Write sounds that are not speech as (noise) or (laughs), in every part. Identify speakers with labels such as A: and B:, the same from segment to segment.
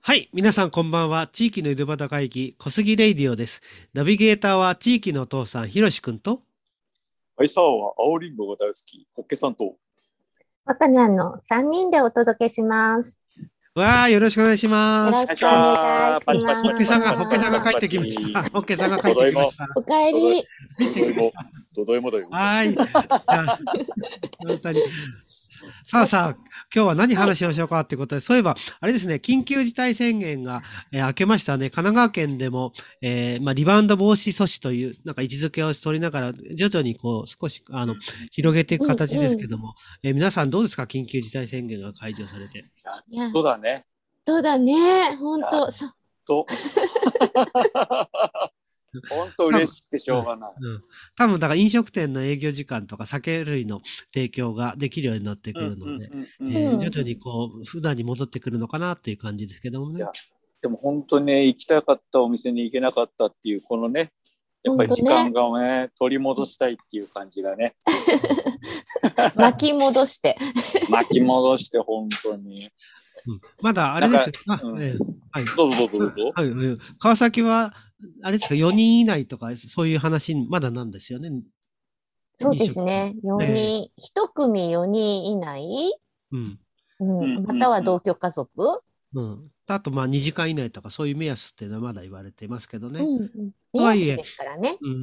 A: はい。皆さんこんばんは。地域の井戸端会議、小杉レイディオです。ナビゲーターは地域のお父さん、ひろしくんと。
B: 愛沢は青りんごが大好き、ホッケさんと。
C: 若菜の3人でお届けします。
A: わあ、よ (laughs) ろしくお願いします。
C: よろしくお願いします。
A: ホッケさんが、ホッケさんが帰ってきました。ホッケさんが帰ってきました。
C: おかえり。
B: どどいも、どどいもだよ。
A: はい。 (laughs) 本当に。さあさあ、今日は何話しましょうかってことで、そういえば、あれですね、緊急事態宣言が、えー、明けましたね。神奈川県でも、えー、まあ、リバウンド防止措置という、なんか位置づけを取りながら、徐々にこう、少し、あの、広げていく形ですけども、うんうん、えー、皆さんどうですか緊急事態宣言が解除されて。
B: やっとだね。
C: そうだね、本当
B: さ。
A: (laughs)
B: と。本当嬉しくてしょうがない。うん、うん、
A: 多分だから飲食店の営業時間とか酒類の提供ができるようになってくるので、徐々にこう普段に戻ってくるのかなっていう感じですけどもね。
B: でも本当ね行きたかったお店に行けなかったっていうこのねやっぱり時間がね、ね、取り戻したいっていう感じがね。
C: 巻き戻して。
B: 巻き戻して本当に。
A: うん、まだあれです。あ、
B: うん、えー、はい。どうぞどうぞどうぞ。
A: はい、はい、川崎はあれですか、4人以内とか、そういう話、まだなんですよね。
C: そうですね、4人、えー、1組4人以内、うんうん、または同居家族。
A: うん、あと、まあ、2時間以内とか、そういう目安っていうのはまだ言われてますけどね。うんうん、
C: 目安ですからね。
A: うん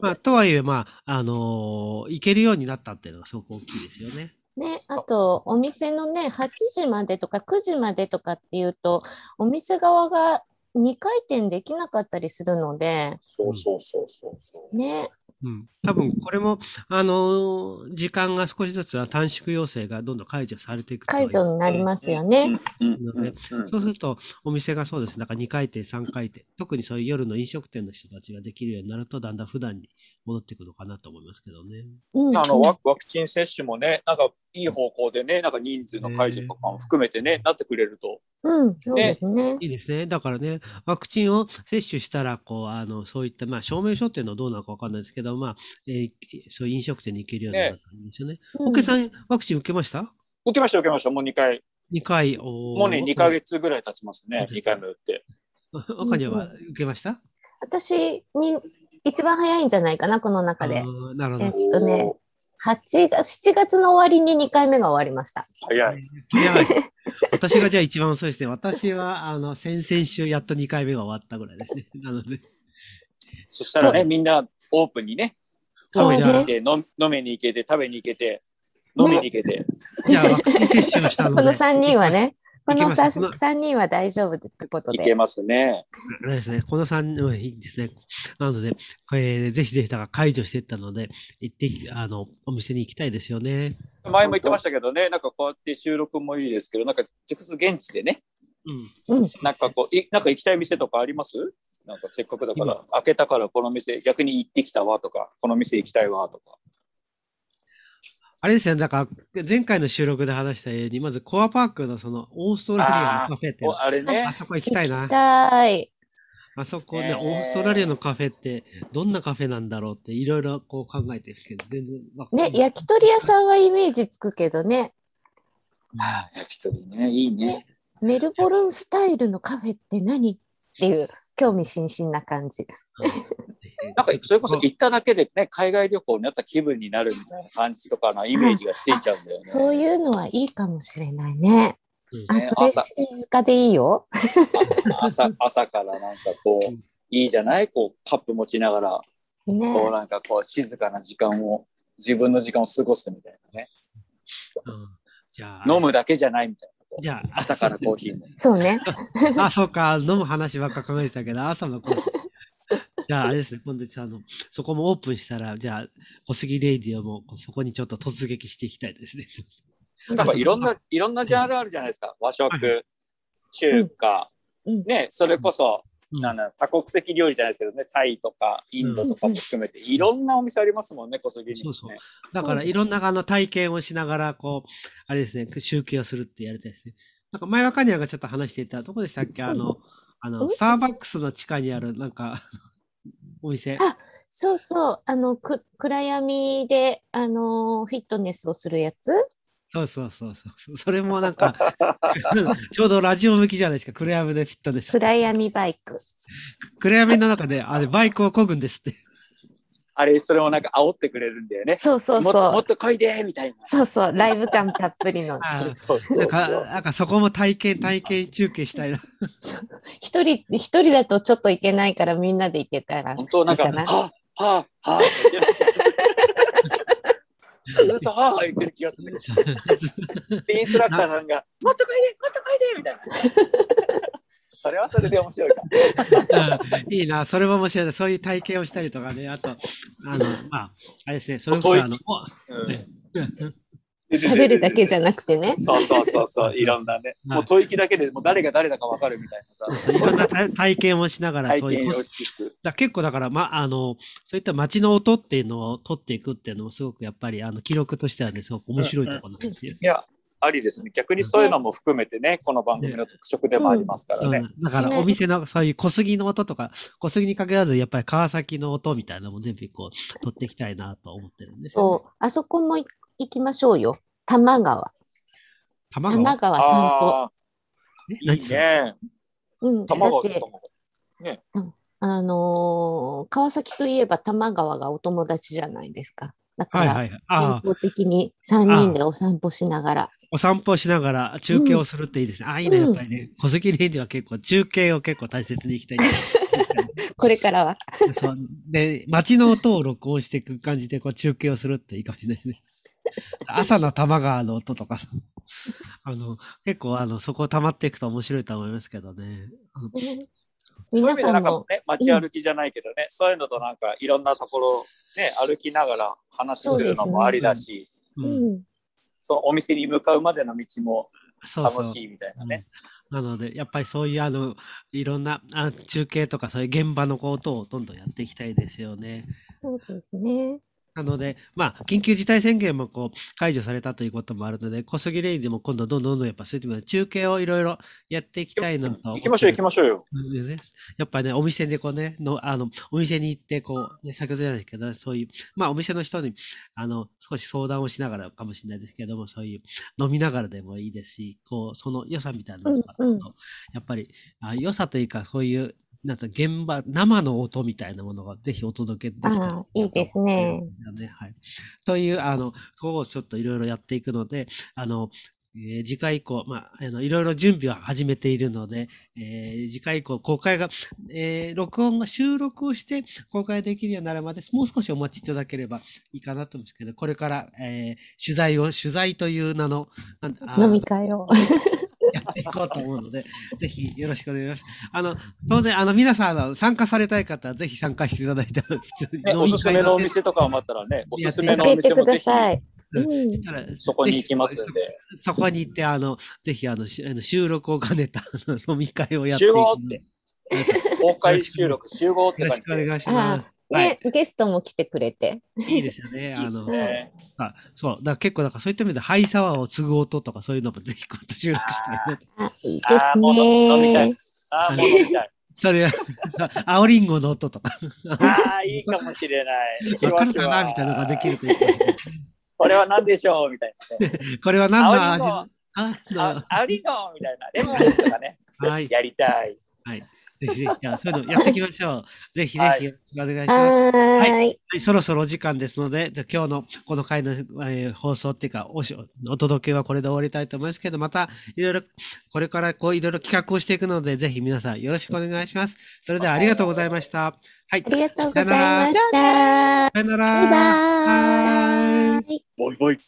A: まあ、とはいえ、まあ、あのー、行けるようになったっていうのがすごく大きいですよね。
C: ね、あとお店のね8時までとか9時までとかっていうとお店側が2回転できなかったりするので。
B: そうそうそうそう
C: ね。
A: うん、多分これも、あのー、時間が少しずつは短縮要請がどんどん解除されていく
C: 解除になりますよね。
A: そうすると、お店がそうです、なんか2回転、3回転、特にそういう夜の飲食店の人たちができるようになると、だんだん普段に戻っていくのかなと思いますけどね。
B: うん、あのワクチン接種もね、なんかいい方向でね、なんか人数の解除とかも含めてね、なってくれると。
C: うん、そうですね。
A: いいですね。だからね、ワクチンを接種したら、こう、あの、そういった、まあ、証明書っていうのはどうなのかわかんないですけど、まあ、えー、そういう飲食店に行けるようになったんですよね。ねお客さん、ワクチン受けました
B: 受けました、受けました。もう2回。
A: 2回。
B: もうね、2か月ぐらい経ちますね、2回目打って。
A: 若には受けました
C: 私み、一番早いんじゃないかな、この中で。
A: なるほ
C: ど。えっとね、8月、7月の終わりに2回目が終わりました。
B: 早い。
A: 早い。私がじゃあ一番遅いですね。私は、あの、先々週やっと2回目が終わったぐらいですね。なので。
B: そしたらね、みんなオープンにね、食べに行けて、ね、飲めに行けて、食べに行けて、飲みに行けて。
A: じゃあ、ワクチン接種の
C: この3人はね。この3人は大丈夫ってことで。
B: いけますね。
A: です
B: (laughs)
A: ね。この3人はいいですね。なので、えー、ぜひぜひだから解除していったので、行ってあの、お店に行きたいですよね。
B: 前も言ってましたけどね、なんかこうやって収録もいいですけど、なんか直接現地でね、うん、なんかこうい、なんか行きたい店とかありますなんかせっかくだから、開けたからこの店、逆に行ってきたわとか、この店行きたいわとか。
A: あれですよ、だから前回の収録で話したように、まずコアパークのそのオーストラリアのカフェって、
B: あれね、
A: あそこ行きたいな。
C: 行きたい。
A: あそこで、ね、オーストラリアのカフェってどんなカフェなんだろうっていろいろこう考えてるけど、全然
C: わかんない。ね、焼き鳥屋さんはイメージつくけどね。
B: ああ、焼き鳥ね、いいね。
C: メルボルンスタイルのカフェって何っていう興味津々な感じ。
B: なんかそれこそ行っただけでね、海外旅行になった気分になるみたいな感じとかのイメージがついちゃうんだよね。
C: そういうのはいいかもしれないね。うん、あ、それ静かでいいよ。
B: 朝朝からなんかこう、いいじゃないこうカップ持ちながら、ね、こうなんかこう静かな時間を、自分の時間を過ごすみたいなね。うん、じゃあ飲むだけじゃないみたいな。
A: じゃ
B: あ朝からコーヒー。
C: そうね。
A: あ、そうか。飲む話ばっか考えてたけど、朝のコーヒー。 (laughs) じゃあ、あれですね、今度あの、そこもオープンしたら、じゃあ、小杉レイディオもそこにちょっと突撃していきたいですね。 (laughs)
B: なんかいろんな、いろんなジャンルあるじゃないですか。和食、はい、中華、うん、ね、それこそ、うん、なんだ多国籍料理じゃないですけどね、タイとかインドとかも含めて、うん、いろんなお店ありますもんね、小杉に、ね、
A: そうそう。だからいろんなあの体験をしながら、こう、あれですね、集計をするってやりたいですね。なんか前若にゃがちょっと話していた、どこでしたっけ、あの、あの、スターバックスの地下にある、なんか、 (laughs) お店。
C: あ、そうそう。あの、く暗闇で、あのー、フィットネスをするやつ。
A: そうそうそうそう。それもなんか、 (laughs) ちょうどラジオ向きじゃないですか。暗闇でフィットです。
C: 暗闇バイク。
A: 暗闇の中で、あれ、バイクを漕ぐんですって。
B: あれ、それもなんか煽ってくれるんだよね。
C: そうそう
B: もっとも
C: そ
B: っと来いでみたいな。
C: う。そうそう。ライブ感たっぷりの。 (laughs)
A: あー
B: そうそ
A: な
B: うん
A: か、なんかそこも体験、体験中継したいな。
C: 一人、一人だとちょっといけないからみんなで行けたら。
B: 本当なんか、
C: いいかな
B: はあ、はあ、はあ (laughs) って言ってる。ずっとはあはあ言ってる気がするんだけど。で、インストラクターさんが、もっと来いで、もっと来いでみたいな。 (laughs) それはそれで面白いか。
A: うんいいな、それも面白いな。そういう体験をしたりとかね。あと、あの、まあ、あれですね、それこそ、あの、お
B: うん
C: 食べるだけじゃなくてね。
B: そうそうそうそう、いろんなね。もう吐息だけでもう誰が誰だかわかるみたいなさ。
A: いろんな体体験をしながら、
B: 体
A: そうい
B: 験
A: う
B: を、しつつ。
A: だ結構だから、ま、あの、そういった街の音っていうのを撮っていくっていうのもすごくやっぱり、あの、記録としてはね、すごく面白いところなんですよ。
B: いや、ありですね。逆にそういうのも含めてね、この番組の特色でもありますから
A: う
B: ね。
A: ん、だから
C: ね
A: お店のそういう小杉の音とか、小杉に限らずやっぱり川崎の音みたいなのも全部こう取っていきたいなと思ってるんですよ、ね。
C: そう。あそこも行きましょうよ。多摩川。多
A: 卵
C: 摩川散歩。
B: あ
A: え
B: あ、
A: 何
B: いい
A: それ
B: ね。
C: うん。だ
B: 卵
C: っ
B: とか
C: て、
B: も。
C: あのー川崎といえば多摩川がお友達じゃないですか。だか
A: はい
C: ら、
A: はいはい。
C: 健
A: ああ、
C: 康的に3人でお散歩しながら。
A: お散歩しながら中継をするっていいですね。ああ、いいね、やっぱりね。小杉レイでは結構中継を結構大切にいきたい。
C: これからは。 (laughs)
A: そうで、街の音を録音していく感じでこう中継をするっていいかもしれないですね。朝の多摩川の音とかさ。あの、結構あの、そこ溜まっていくと面白いと思いますけどね。
C: (laughs)
B: そういう意
C: 皆
B: 味で
C: さ
B: なんんか
C: も、
B: ね、街歩きじゃないけどね、そういうのとなんかいろんなところ、ね、歩きながら話するのもありだし、
A: うん
C: うん、
B: そのお店に向かうまでの道も
A: そうそ
B: 楽
A: う。
B: しいみたいなね。
A: なので、やっぱりそういうあのいろんなあ中継とかそういう現場のことをどんどんやっていきたいですよね。
C: そうですね。
A: なので、まあ、緊急事態宣言もこう解除されたということもあるので、小杉レインでも今度どんどんどんどんやっぱそういう意味で中継をいろいろやっていきたいなと。
B: 行きましょう行きましょうよ。
A: そうだよねやっぱね、お店でこうね、のあのお店に行って、こう、ね、先ほどじゃないですけど、そういう、まあ、お店の人にあの少し相談をしながらかもしれないですけども、そういう飲みながらでもいいですし、こうその良さみたいなのが、
C: うんうん
A: やっぱりあ良さというか、そういう、なんか現場、生の音みたいなものがぜひお届けできたら
C: ああいいですね
A: はい、という、あの、こをちょっといろいろやっていくので、あの、えー次回以降、まあ、あの、いろいろ準備は始めているので、えー次回以降、公開が、えー録音が収録をして公開できるようになるまで、もう少しお待ちいただければいいかなと思うんですけど、これから、えー取材を、取材という名の、なんあー
C: 飲み会を。
A: やっていこうと思うので、ぜひよろしくお願いします。あの、当然、あの、皆さん、あの、参加されたい方は、ぜひ参加していただいて、普通に
B: ね、おすすめのお
A: 飲み会
B: 店とかもあったらね、おすす
A: あ
B: めのお
C: 教えて
B: 店も
C: く
B: ぜ
C: だ
B: ひ
C: さい。
A: う
C: うん。
A: だったら
B: そこに行きますんで。
A: そこに行って、あの、ぜひ、あの、しあの収録を兼ねた (laughs) あの飲み会をやってい
B: 集
A: く
B: 合って。公開収録集合って
A: よろ
B: 感
A: し
B: じ
A: くお
B: で。
A: 願いし
B: (laughs)
A: ま
C: ね、ゲストも来てくれて。
A: す。いいですよね。あ
B: いいです
A: の、
B: ね。
A: あそう、だから結構、だからそういった意味で、ハイサワーを継ぐ音とか、そういうのもぜひ今度収録したい
B: (laughs)
A: なと。
C: あ、いいですね
B: あーもう飲みたい。あーもう飲みたい。
A: それは、 (laughs) 青リンゴの音と
B: (laughs)
A: か、
B: ああ、いいかもしれない。シュ
A: わか
B: ワシ
A: る
B: ュ
A: か
B: ワ
A: なみたいなのができるというか、
B: これは何でしょうみたいなね。
A: これは何の味
B: 青
A: あ
B: あ、ありのみたいな。レモンとかね、
A: の、はい。
B: やりたい。
A: ぜひぜひ、じゃあそういうのやっていきましょう。ぜひぜひ、よろしくお願いします。
C: はーい。
A: はい、そろそろお時間ですので、じゃあ今日のこの回の、えー放送っていうかおし、お届けはこれで終わりたいと思いますけど、またいろいろ、これからこういろいろ企画をしていくので、ぜひ皆さんよろしくお願いします。それではありがとうございました。はい
C: あ。りがとうございました。
A: さよなら。
C: バイバーイ。
B: ボイボイ。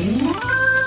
D: 「